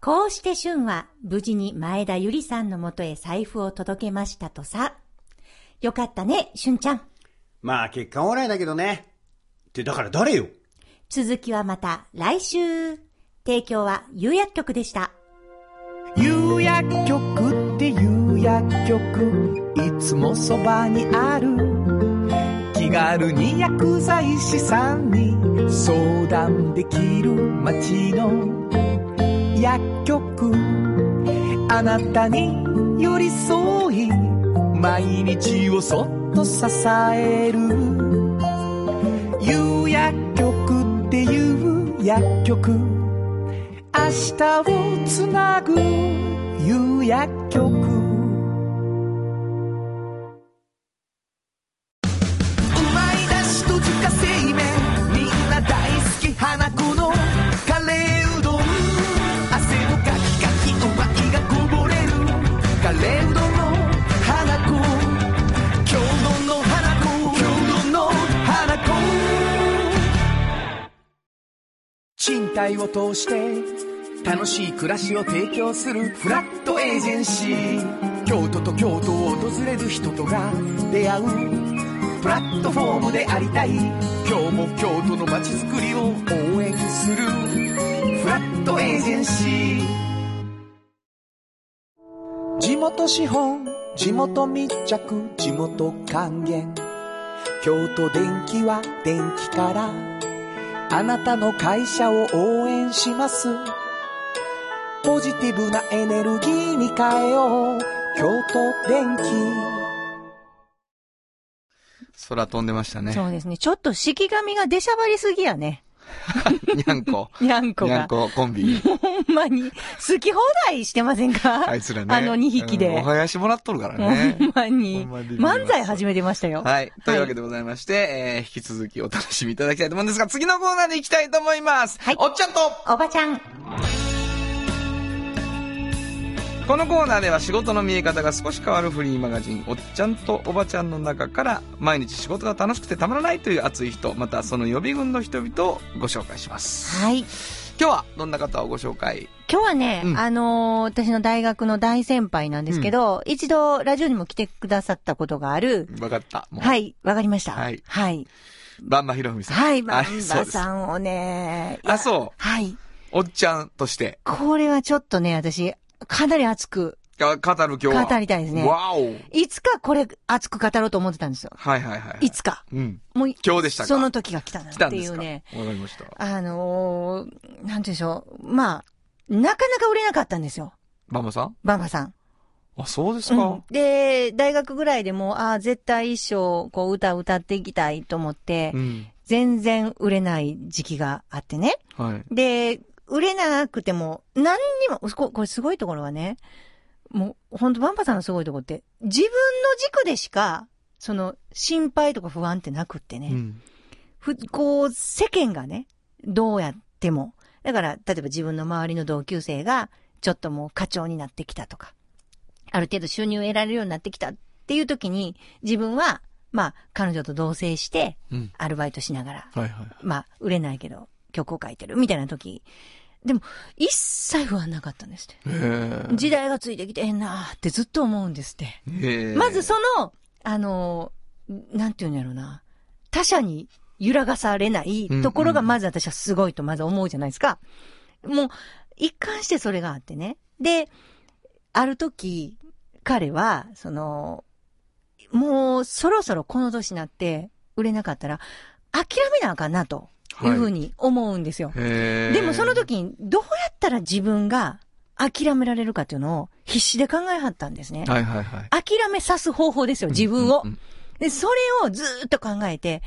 こうして俊は無事に前田ゆりさんのもとへ財布を届けましたとさ。よかったね、俊ちゃん。まあ結果オーライだけどね。ってだから誰よ続きはまた来週。提供は釉薬局でした。有薬局って有薬局いつもそばにある気軽に薬剤師さんに相談できる街の薬局あなたに寄り添い毎日をそっと支える有薬局っていう薬局明日をつなぐ有薬局うまいだしと自家製麺みんな大好き花子のカレーうどん汗をかきかきうまいがこぼれるカレーうどんの花子郷土の花子郷土の花子賃貸を通して楽しい暮らしを提供するフラットエージェンシー京都と京都を訪れる人とが出会うプラットフォームでありたい今日も京都の街づくりを応援するフラットエージェンシー地元資本地元密着地元還元京都電気は電気からあなたの会社を応援しますポジティブなエネルギーに変えよう京都電気空飛んでましたね。そうですね。ちょっと式紙が出しゃばりすぎやね。にゃんこ。にゃんこにゃがん。こコ ンビ。ほんまに、好き放題してませんかあいつらね。あの2匹うんおで。ほ囃子もらっとるからね。んまに。びます漫才始めてましたよ。はい。というわけでございまして、えー、引き続きお楽しみいただきたいと思うんですが、次のコーナーに行きたいと思います。はい。おっちゃんと、おばちゃん。このコーナーでは仕事の見え方が少し変わるフリーマガジン、おっちゃんとおばちゃんの中から、毎日仕事が楽しくてたまらないという熱い人、またその予備軍の人々をご紹介します。はい。今日はどんな方をご紹介今日はね、うんあのー私の大学の大先輩なんですけど、一度ラジオにも来てくださったことがある。わかった。もうはい、わかりました。はいはい。バンバヒロフミさん。はい、バあンそうバですさんをね、あ、そう。はい。おっちゃんとして、これはちょっとね、私、かなり熱く、が語る今日は。語りたいですねわお。いつかこれ熱く語ろうと思ってたんですよ。はいはいはい。いつか。うん。もう、今日でしたかその時が来たな来たっんてでいすうかね。わかりました。あのー、なんて言うんでしょう。まあ、なかなか売れなかったんですよ。バンバさんバンバさん。あ、そうですうか、ん、で、大学ぐらいでも、ああ、絶対一生、こう、歌歌っていきたいと思って、うん全然売れない時期があってね。はい。で、売れなくても、何にも、ここれすごいところはね、もう、ほんとバンパさんのすごいところって、自分の軸でしか、その、心配とか不安ってなくってね、ふ、こう、世間がね、どうやっても。だから、例えば自分の周りの同級生が、ちょっともう課長になってきたとか、ある程度収入を得られるようになってきたっていう時に、自分は、まあ、彼女と同棲して、うんアルバイトしながら、はいはい。まあ、売れないけど、曲を書いてる、みたいな時。でも、一切不安なかったんですって。へ時代がついてきてへんなーってずっと思うんですって。え。まずその、あのー、なんて言うんやろうな。他者に揺らがされないところが、まず私はすごいとまず思うじゃないですか。もう、一貫してそれがあってね。で、ある時、彼は、その、もうそろそろこの年になって売れなかったら、諦めなあかんなというふうに思うんですよ。へーでもその時にどうやったら自分が諦められるかっていうのを必死で考えはったんですね。はいはいはい。諦めさす方法ですよ、自分を。で、それをずーっと考えて、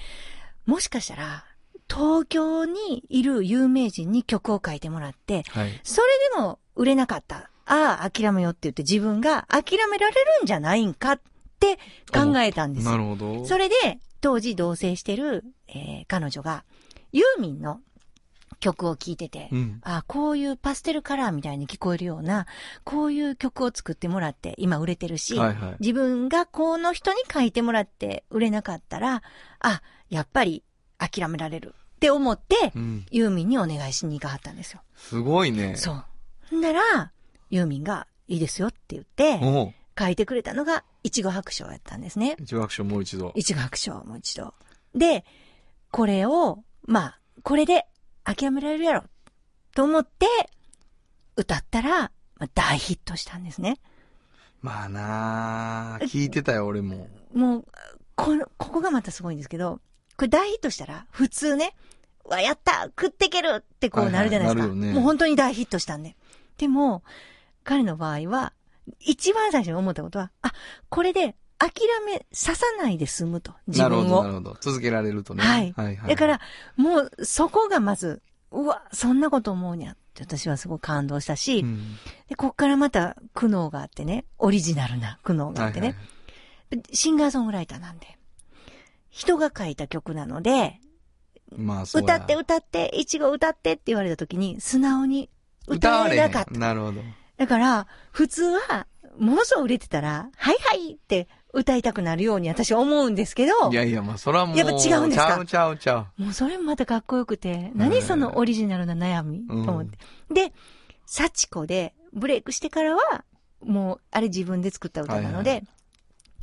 もしかしたら、東京にいる有名人に曲を書いてもらって、はい。それでも売れなかった。ああ、諦めようって言って自分が諦められるんじゃないんかって考えたんですよなるほど。それで、当時同棲してる、えー彼女が、ユーミンの曲を聴いてて、うんあこういうパステルカラーみたいに聞こえるような、こういう曲を作ってもらって、今売れてるし、はいはい自分がこの人に書いてもらって売れなかったら、あ、やっぱり諦められるって思って、うんユーミンにお願いしに行かはったんですよ。すごいね。そう。ほんなら、ユーミンが、いいですよって言って、おう。書いてくれたのが、いちご白書やったんですね。一応アクションもう一度。一学章もう一度。で、これを、まあ、これで諦められるやろ、と思って、歌ったら、まあ、大ヒットしたんですね。まあなあ聞いてたよ、俺も。もう、この、ここがまたすごいんですけど、これ大ヒットしたら、普通ね、うわ、やった食ってけるってこうなるじゃないですか。はいはいなるよねもう本当に大ヒットしたんで。でも、彼の場合は、一番最初に思ったことは、あ、これで諦めささないで済むと。自なる分を。ほど、なるほど。続けられるとね。はい。はい、はい。だから、もうそこがまず、うわ、そんなこと思うにゃって私はすごく感動したし、で、こっからまた苦悩があってね、オリジナルな苦悩があってね、シンガーソングライターなんで、人が書いた曲なので、まあ、そう歌やって歌って、いちご歌ってって言われた時に、素直に歌わえれへなんかった。なるほど。だから、普通は、ものすごい売れてたら、はいはいって歌いたくなるように私は思うんですけど、いやいや、まあ、それはもう。やっぱ違うんですかちゃうちゃうちゃもうそれもまたかっこよくて、ん何そのオリジナルな悩み、うんと思って。で、幸子で、ブレイクしてからは、もう、あれ自分で作った歌なので、はい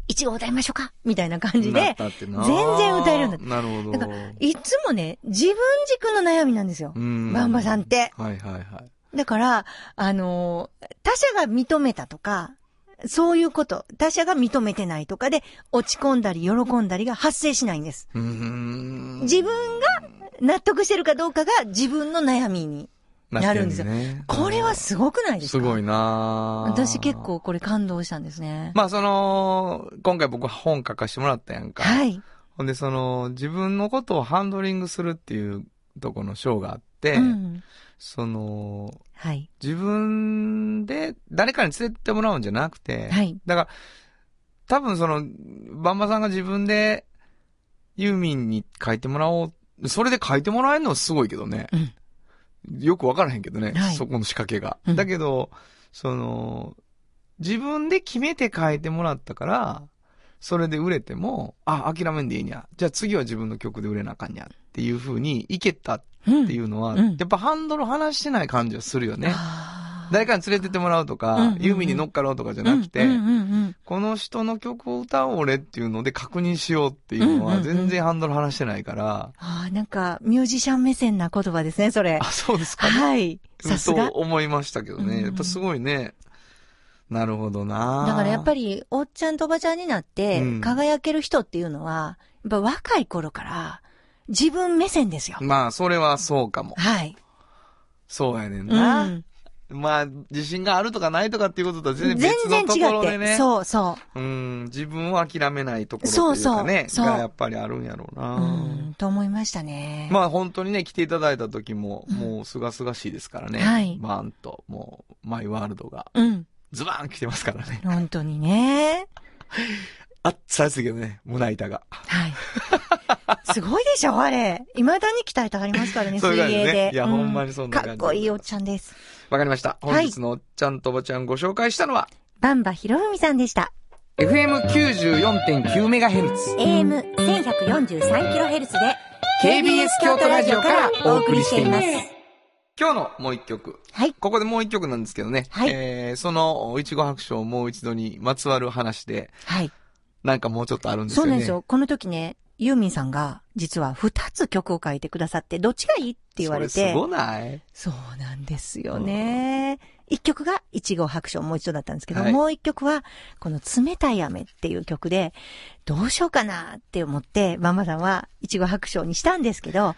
いちご歌いましょうかみたいなう。感じで、全全然歌えるんだってなるほど。だからいつもね、自分軸の悩みなんですよ。うんバンバさんって。はいはいはい。だから、あのー他者が認めたとか、そういうこと、他者が認めてないとかで、落ち込んだり喜んだりが発生しないんです。うーん。自分が納得してるかどうかが自分の悩みになるんですよ。なってねこれはすごくないですすかごいなぁ私結構これ感動したんですね。まあその、今回僕本書かしてもらったやんか。はい。ほんでその、自分のことをハンドリングするっていうとこの章があって、うん。その、はい。自分で誰かに連れてってもらうんじゃなくて、はいだから、多分その、バンバさんが自分でユーミンに書いてもらおう。それで書いてもらえるのはすごいけどね。よくわからへんけどね、はいそこの仕掛けが。うんだけど、その、自分で決めて書いてもらったから、それで売れても、あ、諦めんでいいにゃ。じゃあ次は自分の曲で売れなあかんにゃっていう風にいけたっていうのは、うんやっぱハンドル離してない感じはするよね。誰かに連れてってもらうとうんうんかう、んユーミンに乗っかろうとかじゃなくてうん、うんうんこの人の曲を歌おう俺っていうので確認しようっていうのうんうはんうん全然ハンドル離してないから、ああ、なんか、ミュージシャン目線な言葉ですね、それ。あ、そうですかね。はい。 さすがと。思いましたけどね。やっぱすごいね。なるほどなだからやっぱり、り、おっちゃんとおばちゃんになってうん、輝ける人っていうのは、やっぱ若い頃から、自分目線ですよ。まあ、それはそうかも。はい。そうやねんうな。ん。まあ、自信があるとかないとかっていうこととは全全然然別のとこ違っろでて。ね。そうそう。うん、自分を諦めないところそとういうそうかね、そうがやっぱりあるんやろうな。うん、と思いましたね。まあ本当にね、来ていただいた時も、もうすがすがしいですからね。はいバーンと、もう、マイワールドが、うん。ズバーン来てますからね。本当にね。あっさですけどね、胸板が。 はい。すごいでしょあれ。未だに鍛えてはりますからね、そう水い泳う感じねで。いやほんまにそんな感じかっこいいおっちゃんです。わかりました。本日のおっちゃんとおばちゃんご紹介したのは、バンバひろふみさんでした。 FM94.9MHz。 AM1143kHz で KBS 京都ラジオからお送りしていますお送り今日のもう一曲。はいここでもう一曲なんですけどね。はいえー、その、いちご白書をもう一度にまつわる話で、はい。なんかもうちょっとあるんですそうよね。なんですよ。この時ね、ユーミンさんが、実は二つ曲を書いてくださって、どっちがいいって言われそれて。すごないそうなんですよね。一曲が、いちご白書、もう一度だったんですけど、はいもう一曲は、この冷たい雨っていう曲で、どうしようかなって思って、ママさんは、いちご白書にしたんですけど、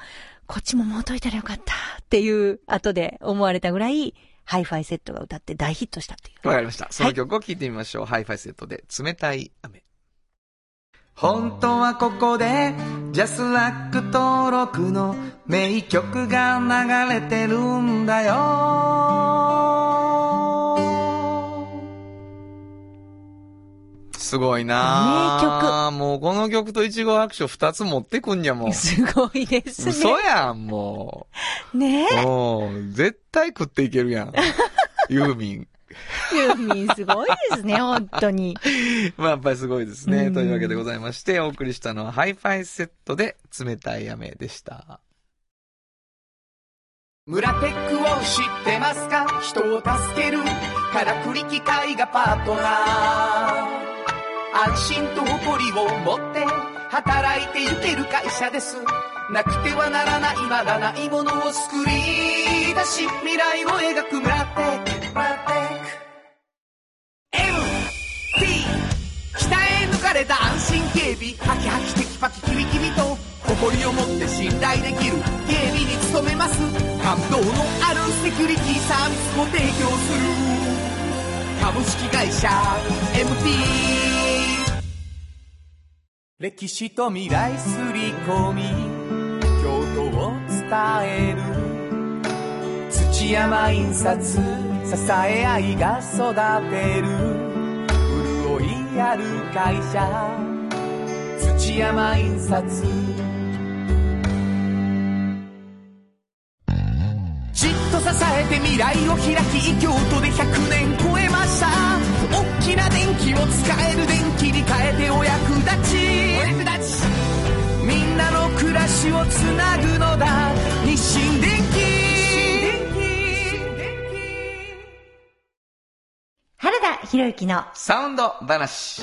こっちももうといたらよかったっていう、後で思われたぐらい、ハイファイセットが歌って大ヒットしたっていう。わかりました。その曲を聴いてみましょう。ハイファイセットで、冷たい雨。本当はここで、ジャスラック登録の名曲が流れてるんだよ。すごいなぁ。もうこの曲とイチゴ白書二つ持ってくんやもん。すごいですね。嘘やん、もねえう。。もう、絶対食っていける やん。ユーミン。ユーミンすごいですね、本当に。 まあ、やっぱりすごいですね。というわけでございまして、お送りしたのは、ハイファイセットで、冷たい雨でした。村テックを知ってますか人を助けるからくり機械がパートナー安心と誇りを持って働いてゆける会社ですなくてはならないまだないものを作り出し未来を描く村テック村テック MT 鍛え抜かれた安心警備ハキハキテキパキキビキビと誇りを持って信頼できる警備に努めます感動のあるセキュリティサービスも提供する株式会社 MT 歴史と未来すり込み京都を伝える土山印刷支え合いが育てる潤いある会社土山印刷じっと支えて未来を開き京都で100年超えました大きな電気を使える電気に変えてお役立ちお役立ちみんなの暮らしをつなぐのだ日清電気原田博之のサウンド話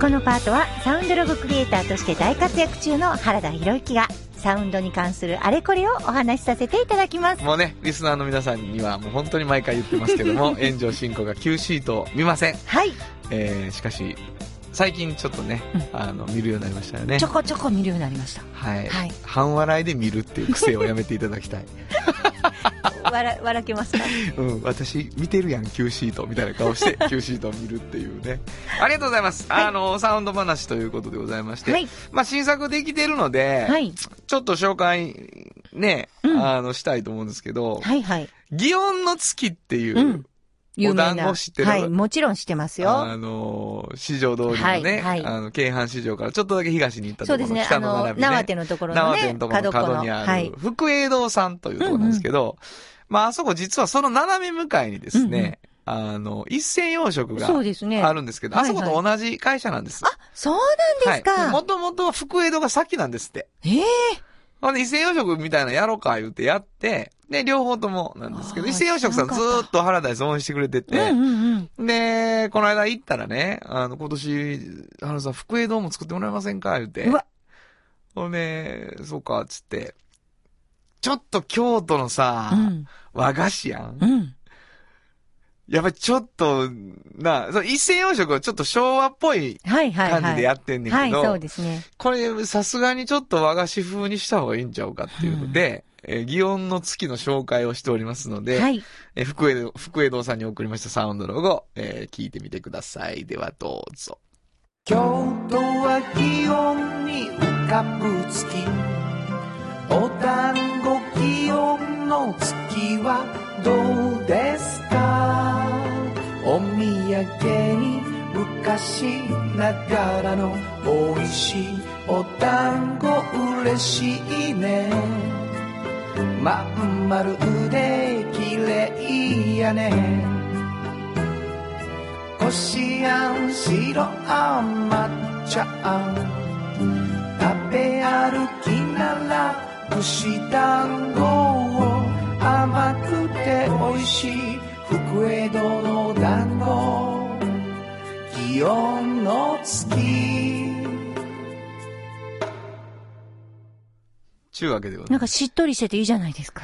このパートはサウンドロゴクリエイターとして大活躍中の原田博之がサウンドに関するあれこれをお話しさせていただきますもうね、リスナーの皆さんにはもう本当に毎回言ってますけど も、炎上進行が Q シートを見ません。はい。えー、しかし、最近ちょっとね、あの、見るようになりましたよねちょ。こちょこ見るようになりま した。はい。はい半笑いで見るっていう癖をやめていただ きたい。笑、笑けますかうん、私、見てるやん、Q シートみたいな顔して、Q シートを見るっていうね。ありがとうございます。あの、サウンド話ということでございまし て、はいまあ、新作できてるので、はい。ちょっと紹介、ね、あの、したいと思うんですけど、はいはい。祇園の月っていう、うん有名な。お団子知ってるはい、もちろん知ってますよ。あのー、市場通りのね、はいはいあの、京阪市場からちょっとだけ東に行ったとそこうでろすのね。北あのの、並びね。縄手のところの縄手ねのと、ころ角のっこの。角にあはるい、。福栄堂さんというところなんですけど、まあ、あそこ実はその斜め向かいにですね、あの、一銭養殖がそうですね。あるんですけど、はあいはいそこと同じ会社なんです。そうなんですか。もともとは福栄堂が先なんですって。ええほんで、伊勢洋食みたいなのやろうか言うてやって、で、両方ともなんですけど、あー伊勢洋食さんずーっと原田に応援してくれてて、うんうんうん。で、この間行ったらね、あの、今年、原さん、福江ドーム作ってもらえませんか言うて。うわほんで、そうか、つって。ちょっと京都のさ、うん。和菓子やん。うん。やっぱりちょっと、な、そう一斉洋食はちょっと昭和っぽいはいはいはい。感じでやってんねんはけい、ど、そうですね。これ、さすがにちょっと和菓子風にした方がいいんちゃうかっていうので、えー祇園の月の紹介をしておりますので、はい。えー福江堂、福江堂さんに送りましたサウンドロゴ、えー聞いてみてください。ではどうぞ。京都は祇園に浮かぶ月お団子祇園の月はどうですかお土産に昔ながらの美味しいお団子嬉しいねまん丸で綺麗やねこしあん白あん抹茶あん食べ歩きなら串団子を甘くて美味しい福江戸の団子祇園の月ちゅうわけでございなまんかしっとりしてていいじゃない ですか。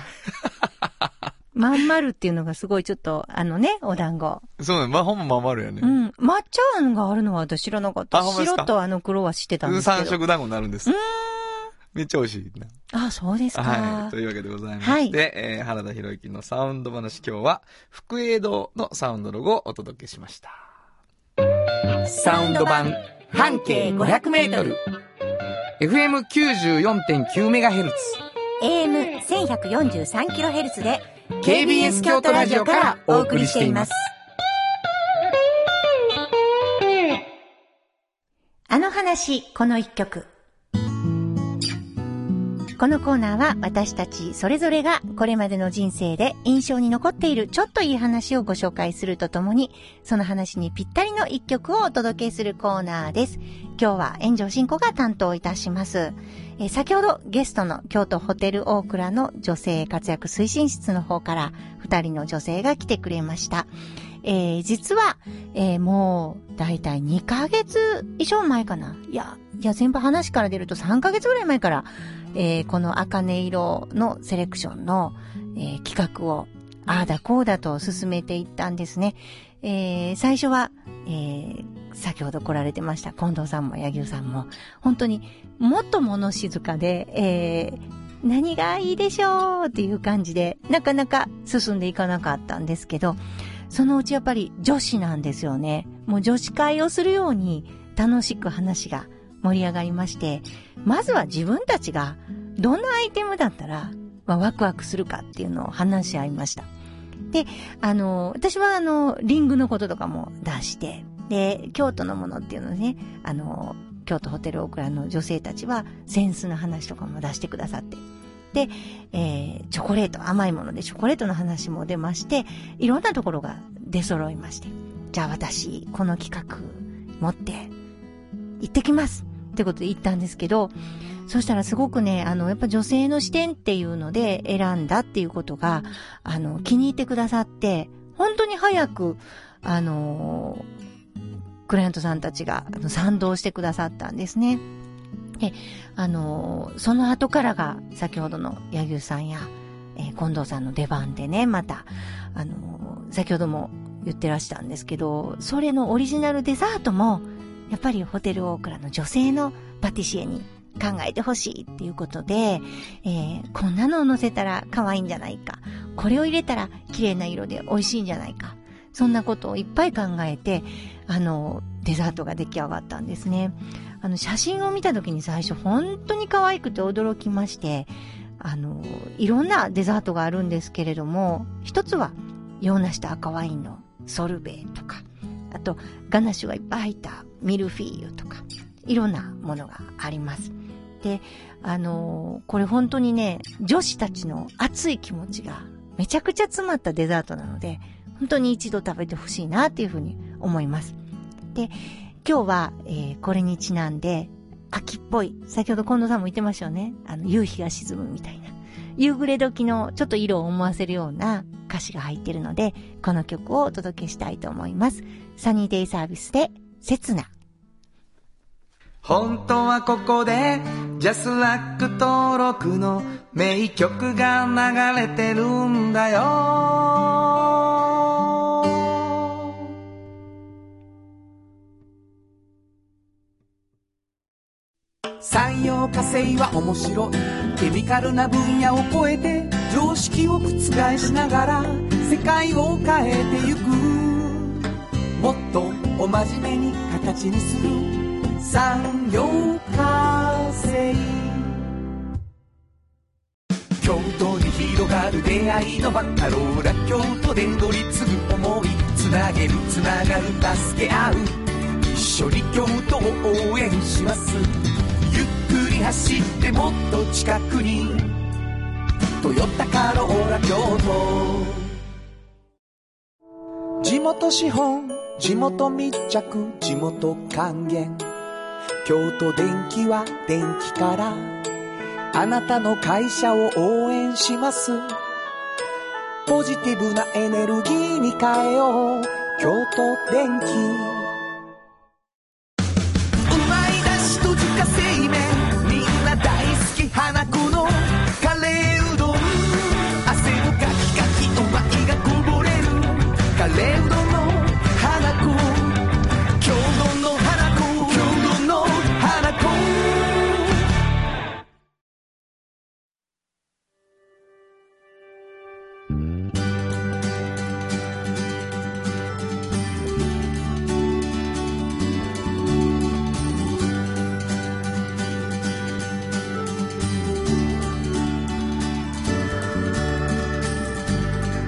まん丸っていうのがすごいちょっと、あのね、お団子。す。そうね、まあ、ほんままんまるやね。うん。抹茶あんがあるのは私知らなかった。あほんまですか白とあの黒は知ってたんですけど。三色団子になるんです。めっちゃ美味しいな。あ、そうですか。はい。というわけでございまして、はいえー原田博之のサウンド話、今日は、福栄堂のサウンドロゴをお届けしました。サウンド版半径 500m FM94.9MHz。 AM1143kHz で KBS 京都ラジオからお送りしていますあの話、この一曲。このコーナーは私たちそれぞれがこれまでの人生で印象に残っているちょっといい話をご紹介するとともに、その話にぴったりの一曲をお届けするコーナーです。今日は炎上進行が担当いたします。えー先ほどゲストの京都ホテル大倉の女性活躍推進室の方から2人の女性が来てくれました。えー実は、えーもう、だいたい2ヶ月以上前かな。いや、いや、全部話から出ると3ヶ月ぐらい前から、えーこの茜色のセレクションの、えー企画を、ああだこうだと進めていったんですね。えー最初は、えー先ほど来られてました、近藤さんも柳生さんも、本当にもっと物静かで、えー何がいいでしょうっていう感じで、なかなか進んでいかなかったんですけど、そのうちやっぱり女子なんですよね。もう女子会をするように楽しく話が盛り上がりまして、まずは自分たちがどんなアイテムだったら、まあ、ワクワクするかっていうのを話し合いました。で、あの、私はあの、リングのこととかも出して、で、京都のものっていうのね、あの、京都ホテルオクラの女性たちは、センスの話とかも出してくださって。で、えー、チョコレート、甘いものでチョコレートの話も出まして、いろんなところが出揃いまして。じゃあ私、この企画持って、行ってきますってことで行ったんですけど、そしたらすごくね、あの、やっぱ女性の視点っていうので選んだっていうことが、あの、気に入ってくださって、本当に早く、あのー、クライアントさんたちがあの賛同してくださったんですね。で、あのー、その後からが、先ほどの柳生さんや、えー、近藤さんの出番でね、また、あの先ほども言ってらしたんですけど、それのオリジナルデザートも、やっぱりホテルオークラの女性のパティシエに考えてほしいっていうことで、えー、こんなのを乗せたら可愛いんじゃないか。これを入れたら綺麗な色で美味しいんじゃないか。そんなことをいっぱい考えて、あの、デザートが出来上がったんですね。あの、写真を見た時に最初本当に可愛くて驚きまして、あの、いろんなデザートがあるんですけれども、一つは、洋梨と赤ワインのソルベとか、あと、ガナッシュがいっぱい入ったミルフィーユとか、いろんなものがあります。で、あのー、これ本当にね、女子たちの熱い気持ちがめちゃくちゃ詰まったデザートなので、本当に一度食べてほしいなっていうふうに思います。で、今日は、えー、これにちなんで、秋っぽい、先ほど近藤さんも言ってましたよね、あの、夕日が沈むみたいな、夕暮れ時のちょっと色を思わせるような歌詞が入ってるので、この曲をお届けしたいと思います。サニーデイサービスで、刹那。本当はここでジャスラック登録の名曲が流れてるんだよ産業化成は面白いケミカルな分野を超えて常識を覆しながら世界を変えてゆくもっとお真面目に形にする産業化成京都に広がる出会いのバカローラ京都で乗り継ぐ思いつなげるつながる助け合う一緒に京都を応援しますゆっくり走ってもっと近くに「トヨタカローラ京都」地元資本地元密着地元還元京都電気は電気からあなたの会社を応援しますポジティブなエネルギーに変えよう京都電気うまいだしと自家製麺みんな大好き花子のカレーうどん汗をかきかきお前がこぼれるカレーうどんの花子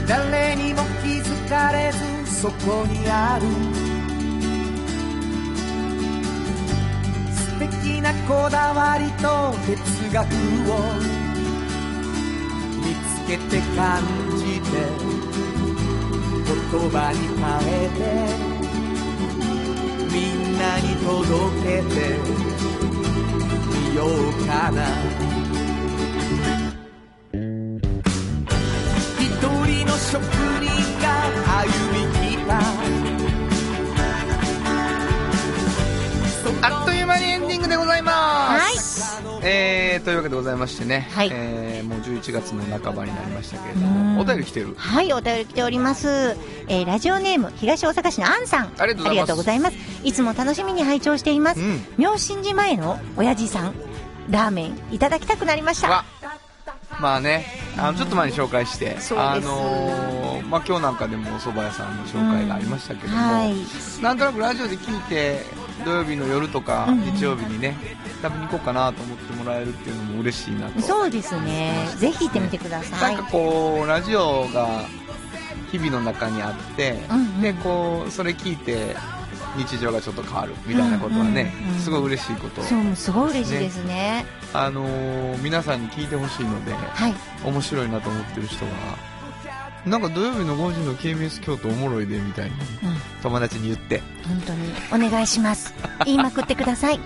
誰にも気づかれずそこにある素敵なこだわりと哲学を見つけて感じて言葉に変えてみんなに届けてみようかな職人が歩みきたあっという間にエンディングでございます、はい、えー、というわけでございましてね、はい、えー、もう11月の半ばになりましたけれどもお便り来てるはいお便り来ております、えー、ラジオネーム東大阪市のアンさんありがとうございますいつも楽しみに拝聴しています、うん、明神寺前の親父さんラーメンいただきたくなりましたまあね、あのちょっと前に紹介して、そうですあのーまあ今日なんかでもお蕎麦屋さんの紹介がありましたけども、はいなんとなくラジオで聞いて、土曜日の夜とかうん日曜日にね、食べに行こうかなと思ってもらえるっていうのも嬉しいなと。そうですね。ぜひ行ってみてください。なんかこう、ラジオが日々の中にあって、で、こう、それ聞いて、日常がちょっと変わるみたいなことはね、うんうんうんすごい嬉しいこと。そう、もうすごい嬉しいですね。あのー皆さんに聞いてほしいので、はい。面白いなと思ってる人はなんか土曜日の5時の KBS 京都おもろいでみたいにうん友達に言って、本当にお願いします。言いまくってください。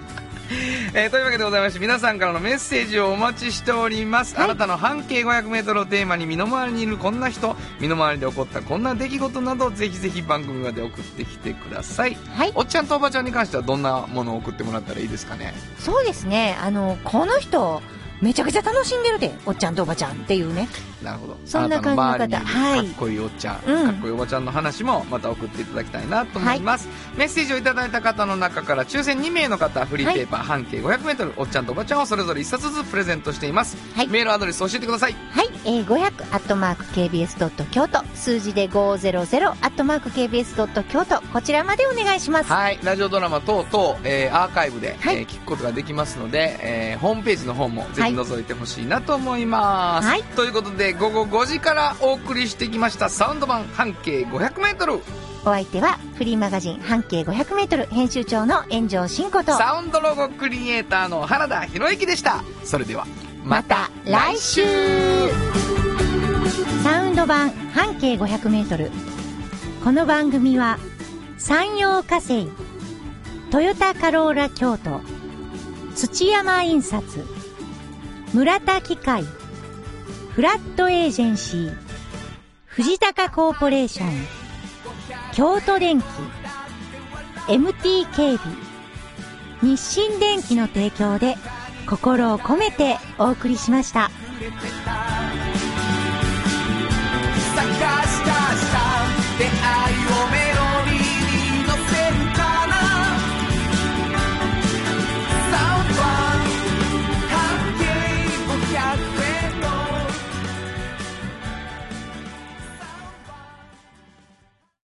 えーというわけでございまして皆さんからのメッセージをお待ちしております、あなたの半径 500m をテーマに身の回りにいるこんな人身の回りで起こったこんな出来事などぜひぜひ番組まで送ってきてください、おっちゃんとおばちゃんに関してはどんなものを送ってもらったらいいですかねそうですね。あの、この人、めちゃくちゃ楽しんでるで、おっちゃんとおばちゃんっていうね。なるほどそんな感じの方あなたの周りにいるかっこいいおっちゃん、うんかっこいいおばちゃんの話もまた送っていただきたいなと思います、メッセージをいただいた方の中から抽選2名の方フリーペーパー半径 500m おっちゃんとおばちゃんをそれぞれ1冊ずつプレゼントしています、メールアドレス教えてくださいはい、えー、500アットマーク KBS ドット京都、数字で500アットマーク KBS ドット京都、こちらまでお願いします。はい、ラジオドラマ等々、えーアーカイブで、えー聞くことができますので、えーホームページの方もぜひ覗いてほしいなと思います、ということで午後5時からお送りしてきましたサウンド版半径 500m お相手は、フリーマガジン半径500メートル編集長の炎上真子と、サウンドロゴクリエイターの原田博之でしたそれではまた来週サウンド版半径500メートル。この番組は、山陽火星、トヨタカローラ京都、土山印刷、村田機械、フラットエージェンシー、藤高コーポレーション、京都電機、MT 警備、日清電機の提供で、心を込めてお送りしました。くれてた